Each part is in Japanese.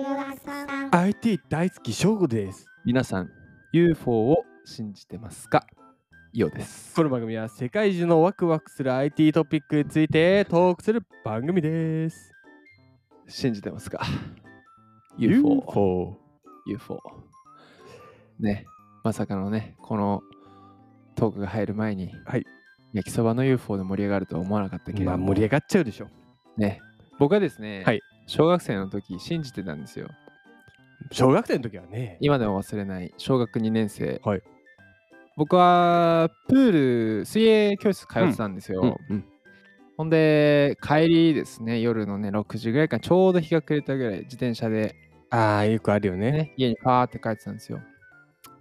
ん。 IT 大好き翔吾です皆さん UFO を信じてますかイオですこの番組は世界中のワクワクする IT トピックについてトークする番組です信じてますか UFO UFO UFO ねまさかのねこのトークが入る前に、はい焼きそばの UFO で盛り上がるとは思わなかったけれどまあも盛り上がっちゃうでしょね僕はですね、はい小学生の時信じてたんですよ小学生の時はね今でも忘れない小学2年生、はい僕はプール水泳教室通ってたんですよ、うんほんで帰りですね夜のね6時ぐらいかなちょうど日が暮れたぐらい自転車で、ああよくあるよねね、家にパーって帰ってたんですよ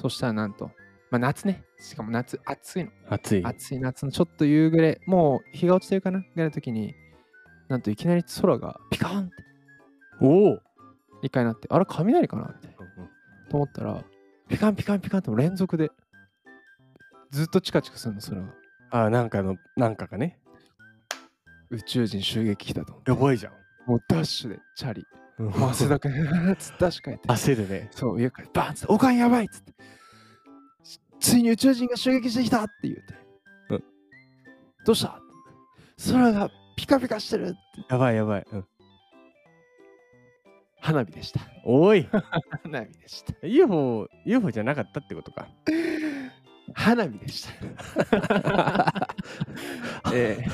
そしたらなんと、まあ、夏ねしかも夏暑いの暑い暑い夏のちょっと夕暮れもう日が落ちてるかなぐらいの時になんといきなり空がピカーンっておお一回なってあれ雷かなみたいなと思ったらピカンピカンピカンと連続でずっとチカチカするのそれはあーなんかのなんかがね宇宙人襲撃来たと思ってやばいじゃんもうダッシュでチャリもう汗汗だくでつってダッシュ帰って汗でねそう家帰ってバーンっつって「おかんやばい!」っつってしついに宇宙人が襲撃してきたって言うて、うんどうした空がピカピカしてるってやばいやばい、うん、花火でしたおい花火でした UFO UFO じゃなかったってこと か花火でしたええ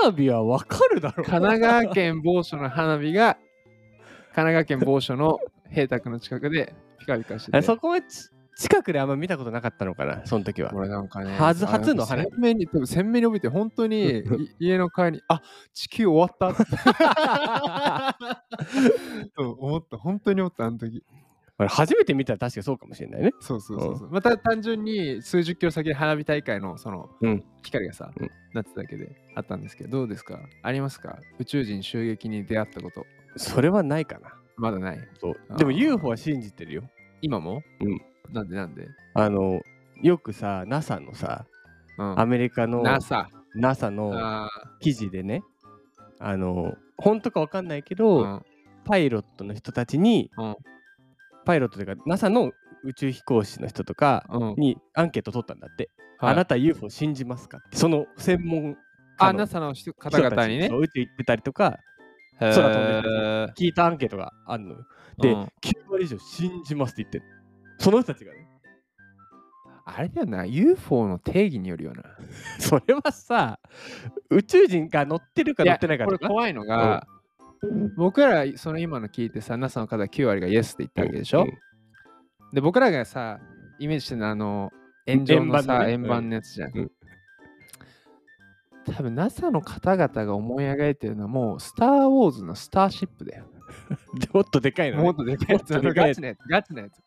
花火はわかるだろ 神奈川県某所の花火が神奈川県某所の平宅の近くでピカピカしてあてそこはち近くであんま見たことなかったのかなその時はこれなんかねはず初の花火花火鮮明に多分鮮明に覚えて本当 にい家の階にあ地球終わ ったってそう思った本当に思ったあの時俺初めて見たら確かにそうかもしれないねそうそうそうそうまた単純に数十キロ先で花火大会のそのうん光がさ、うんなってただけであったんですけどどうですかありますか宇宙人襲撃に出会ったことそれはないかなまだないでもあー UFO は信じてるよ今もうんなんでなんであのよくさ NASA のさうんアメリカの NASA。 NASA のあ記事でねあの本当かわかんないけーど、うんパイロットの人たちに、うんパイロットというか NASA の宇宙飛行士の人とかうんにアンケート取ったんだって、はいあなた UFO 信じますかってその専門あ、家の NASA の人方人たち々にねそ。う宇宙行ってたりとか空空飛んでる聞いたアンケートがあるのよで、うん9割以上信じますって言ってるその人たちがねあれだよな、UFO の定義によるよな。 それはさ宇宙人が乗ってるか乗ってないかいとやこかれ怖いのが、僕らその今の聞いてさ、NASA の方9割が Yes って言ったわけでしょ、うんで、僕らがさ、イメージしてるのはあの、炎上の円盤のさ、ね円盤のやつじゃん。うん多分 NASA の方々が思い描いてるのはもう、スター・ウォーズのスターシップだよ。もっとでかいの、もねっ、とでかいやつ。 もっとでかいガやつチなやつ。ガチなやつ。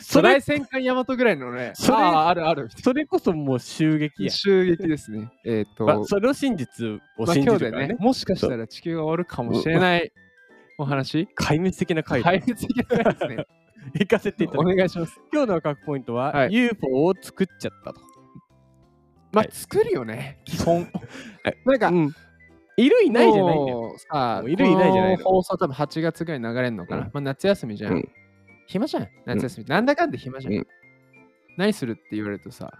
それ巨大戦艦ヤマトぐらいのね、それあーあるある。それこそもう襲撃や襲撃ですね。えっと、まあ、それを真実をまあ信じる今か日でらね,、ね、もしかしたら地球が終わるかもしれないお話、壊滅的な回解答、決できない ですね。行かせていただおきます願いします。今日の各ポイントは、はい UFO を作っちゃったと、まあは、い作るよね、基本。なんか、うんいるいないじゃないんだよもうさもういるいないじゃないのこの放送多分8月ぐらいに流れるのかな。うんまあ、夏休みじゃん。うん暇じゃん。夏休み、なんだかんだ暇じゃん。うん何するって言われるとさ、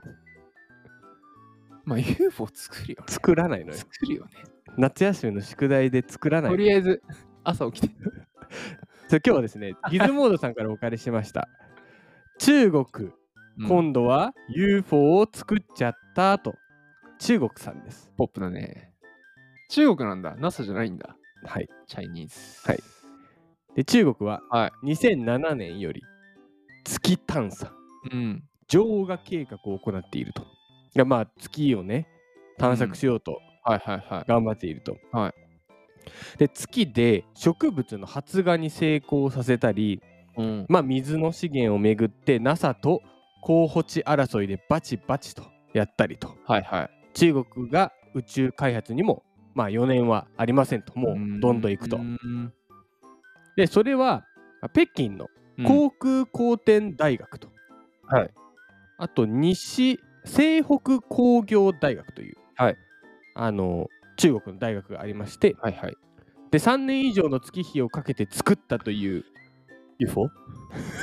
まあ、UFO 作るよね。作らないのよ作るよね。夏休みの宿題で作らない とりあえず、朝起きて。そう今日はです ねギズモードさんからお借りしました中国、うん今度は UFO を作っちゃったと中国さんですポップだね。中国なんだ。NASA じゃないんだ。はいチャイニーズ。はいで中国はは2007年より月探査うん。浄化計画を行っていると。がまあ月をね探索しようとはいはいはい。頑張っていると。はいで月で植物の発芽に成功させたり、うん、まあ、水の資源をめぐって NASA と候補地争いでバチバチとやったりとはいはい。中国が宇宙開発にもまあ4年はありませんともんうどんどんいくとう。んでそれはまあ北京の航こ空航天大学と、はいあと西西北工業大学という、はいあの中国の大学がありましてう。はいはい。で3年以上の月日をかけて作ったという UFO?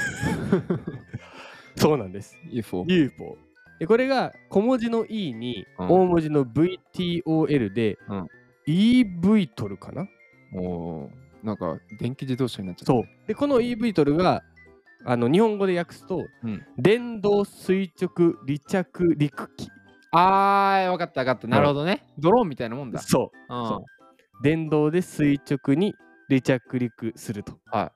そうなんです。 UFO。 UFO。でこれが小文字の E にうん大文字の VTOL で、うん EV トルかなおーなんか電気自動車になっちゃった。そう。で、この EV トルがあの日本語で訳すと、うん電動垂直離着陸機。あー、わかったわかった。なるほどね。ドローンみたいなもんだ。そう。うんそう電動で垂直に離着陸すると。は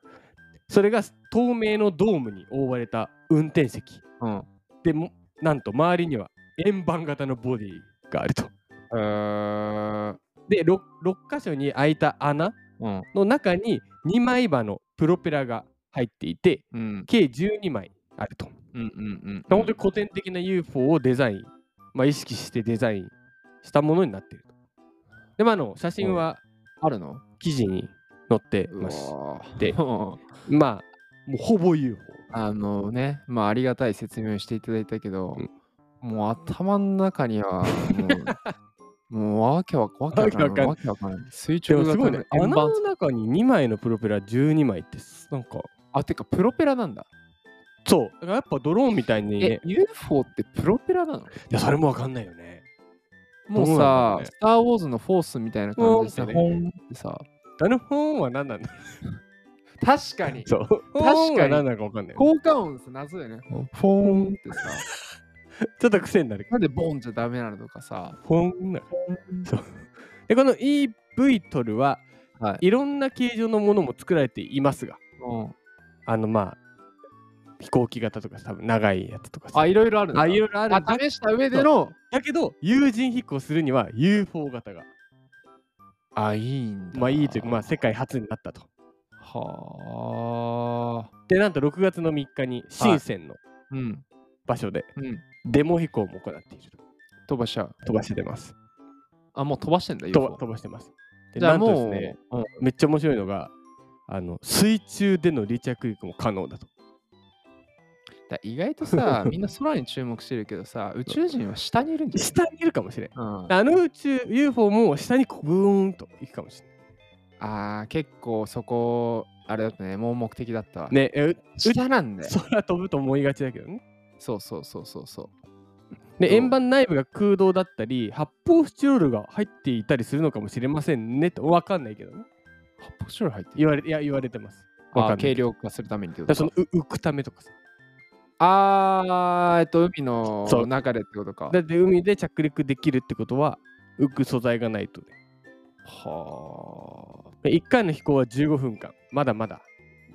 それが透明のドームに覆われた運転席。うん。でも、なんと周りには円盤型のボディがあると。えー、で、6, 6箇所に開いた穴うん。の中に2枚刃のプロペラが入っていて、うん。計12枚あると。うんうんうん。本当に古典的な UFO をデザイン、まあ、意識してデザインしたものになっていると。で、まあ、あの写真はあるの記事に載ってうまわす。ーでうんまあ、もうほぼ UFO。 あのね、まあありがたい説明をしていただいたけどうん、もう頭の中には、 もうもうわけわわけわからない。わけわからない。垂で直も型すごいね。穴円盤の中に2枚のプロペラ12枚って、なんか、あ、てかプロペラなんだ。そう。だからやっぱドローンみたいにえね、、 UFO ってプロペラなのいや、それもわかんないよね。もうどうなんだろさう、ねスター・ウォーズのフォースみたいな感じでさ、フォほーんってさ、あの本は何なんだ確かに、そう。かに本は何なのかわかんないよね。効果音さ、謎だよね。フォーンってさ、ちょっと癖になる。なんでボンじゃダメなのとかさ、本なのそう。で、この EV トルは、、はいろんな形状のものも作られていますが、うんあの、まあ、飛行機型とか多分長いやつとかさあ、いろいろあるんだあいろいろあるんだあ試した上での、だけど有人飛行するには UFO 型があ、いいんだ。まあいいというかまあ世界初になったとはあ。でなんと6月の3日に深センのうん。場所でうん。デモ飛行も行っていると飛ばしちゃう。飛ばしてますあ、もう飛ばしてんだ、と UFO 飛ばしてますでじゃなあんとでもすう、ねうんめっちゃ面白いのがあの水中での離着陸も可能だとだ意外と さ、みんな空に注目してるけどさ、宇宙人は下にいるんじゃ下にいるかもしれんない、うん、あの宇宙 UFO も下にこうブーンと行くかもしれあー結構そこ、あれだったね、もう目的だったわ。ないねえう下なんだよ。空飛ぶと思いがちだけどねそうそうそうそうそう。でそう円盤内部が空洞だったり発泡スチロールが入っていたりするのかもしれませんねと分かんないけどね発泡スチロール入ってる言われいや言われてますわかんあーない軽けど量化するためにってこだとからそかのう浮くためとかさあー、えっと、海のそう中でってことか。だって海で着陸できるってことは浮く素材がないとねはで1回の飛行は15分間まだまだ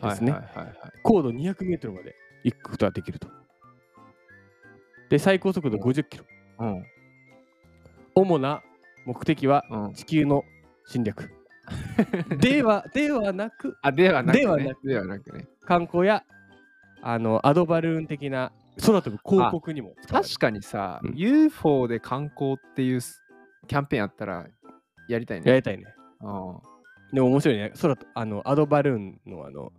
あ。ですねはいはいはいはい高度 200m まで行くことができるとで最高速度 50km はい。主な目的はうん。うん。地球の侵 略ではではなくあ、ではなくね。ではなく。ではなくね。観光やあのアドバルーン的な空飛ぶ広告にも使われる確かにさ、うん UFO で観光っていうスキャンペーンあったらやりたいやね。りたいねうんでも面白いね空とあのアドバルーンのあの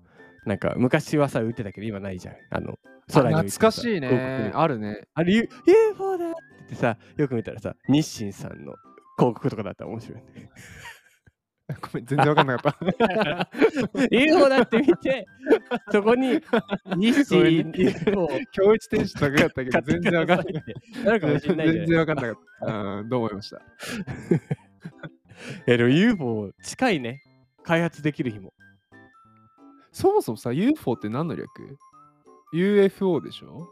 なんか昔はさ浮いてたけど今ないじゃんあの空に浮懐いてかたさしい広告にね。あるね。あれ U- UFO だって言ってさよく見たらさ日清さんの広告とかだったら面白いねごめん、全然わかんなかった。 UFO だって見てそこに日ご清めん UFO 今日一天使高かったけど、全然わかんな買い。ってくださいってなるかもしれないじゃ全んい然わかんなかった。うん、どう思いましたやでも UFO 近いね開発できる日もそもそもさ、UFO って何の略 ?UFO でしょ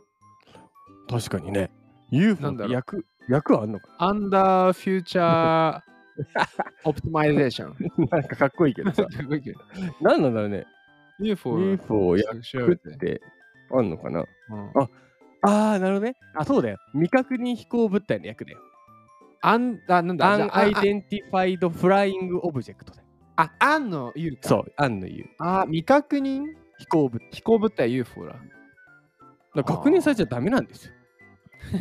確かにね UFO なっんだてろう役役はあんのかアンダーフューチャーオプティマイゼーション。ななんかかっこいいけどさ 何なんだろうね UFO UFO を調役べ。っててあんのかなうんああ、なるほどね。あ、そうだよ。未確認飛行物体の役だよ。アン、あ、なんだアじゃンあアイデンティファイドフライングオブジェクトだよ。あ、アンの U か。そう、アンの言うあ、未確認飛行物体。飛行物体 UFO だ。だから確認されちゃダメなんです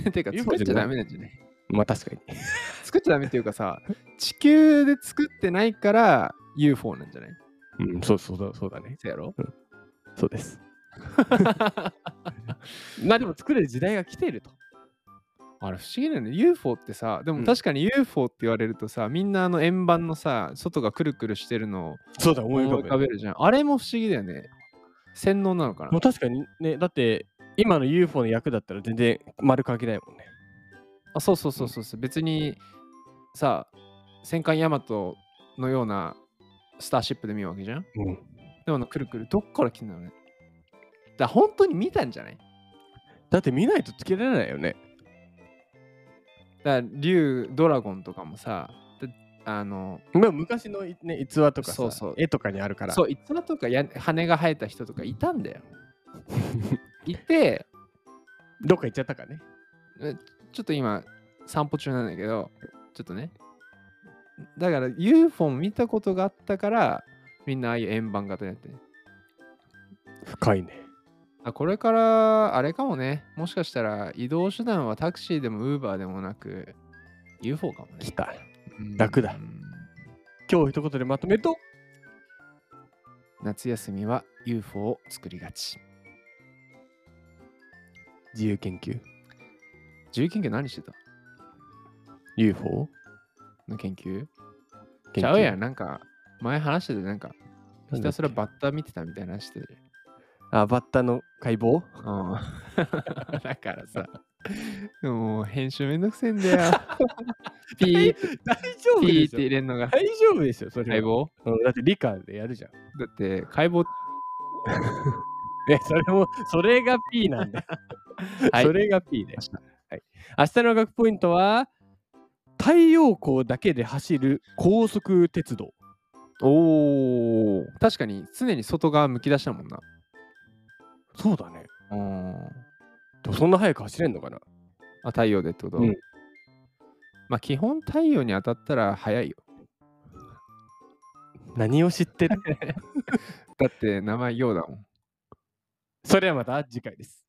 よ。 てか、 UFO 作っじゃないちゃダメなんじゃないまあ確かに。作っちゃダメっていうか さ、地球で作ってないから UFO なんじゃないうん、そうそうそうそうだね。そうやろそう です。まあでも作れる時代が来ていると。あれ不思議だよね。UFO ってさ、でうんも確かに UFO って言われるとさ、みんなあの円盤のさ、外がくるくるしてるのをそうだ、思思い浮かべるじゃん。あれも不思議だよね。洗脳なのかもなう確かにね、だって今の UFO の役だったら全然丸関係ないもんね。あそうそうそうそうそう別にさ戦艦ヤマトのようなスターシップで見るわけじゃんうん、でもあのくるくるどっから来てんだろうねだから本当に見たんじゃないだって見ないとつけられないよね。だから竜ドラゴンとかもさであのまあ昔の、ね、逸話とかさそうそう絵とかにあるから。そういつらとかや羽が生えた人とかいたんだよいてどっか行っちゃったかね。ちょっと今散歩中なんだけどちょっとねだから UFO 見たことがあったからみんなああいう円盤型になってる深いね。あこれからあれかもねもしかしたら移動手段はタクシーでもウーバーでもなく UFO かもね来た。楽だうん今日一言でまとめると、夏休みは UFO を作りがち自由研究、自由研究何してた UFO の研究研究ちゃうやんなんか前話しててなんかなんだっけひたすらバッタ見てたみたいな話してるあ、バッタの解剖うん だからさ、でももう編集めんどくせえんだよ。 ピーって、 大丈夫ピでーっすて入よ。れんのが 大丈夫ですよ、それ解は。剖うんだって理科でやるじゃん。だって解剖、ね、それも、それが P なんだ。はいそれが P ねました。はい、明日の学ポイントは、太陽光だけで走る高速鉄道。おー確かに常に外側むき出したもんな。そうだね。うんでもそんな速く走れんのかなあ太陽でってこと、うんまあ基本太陽に当たったら早いよ。何を知 ってるだって名前陽だもん。それはまた次回です。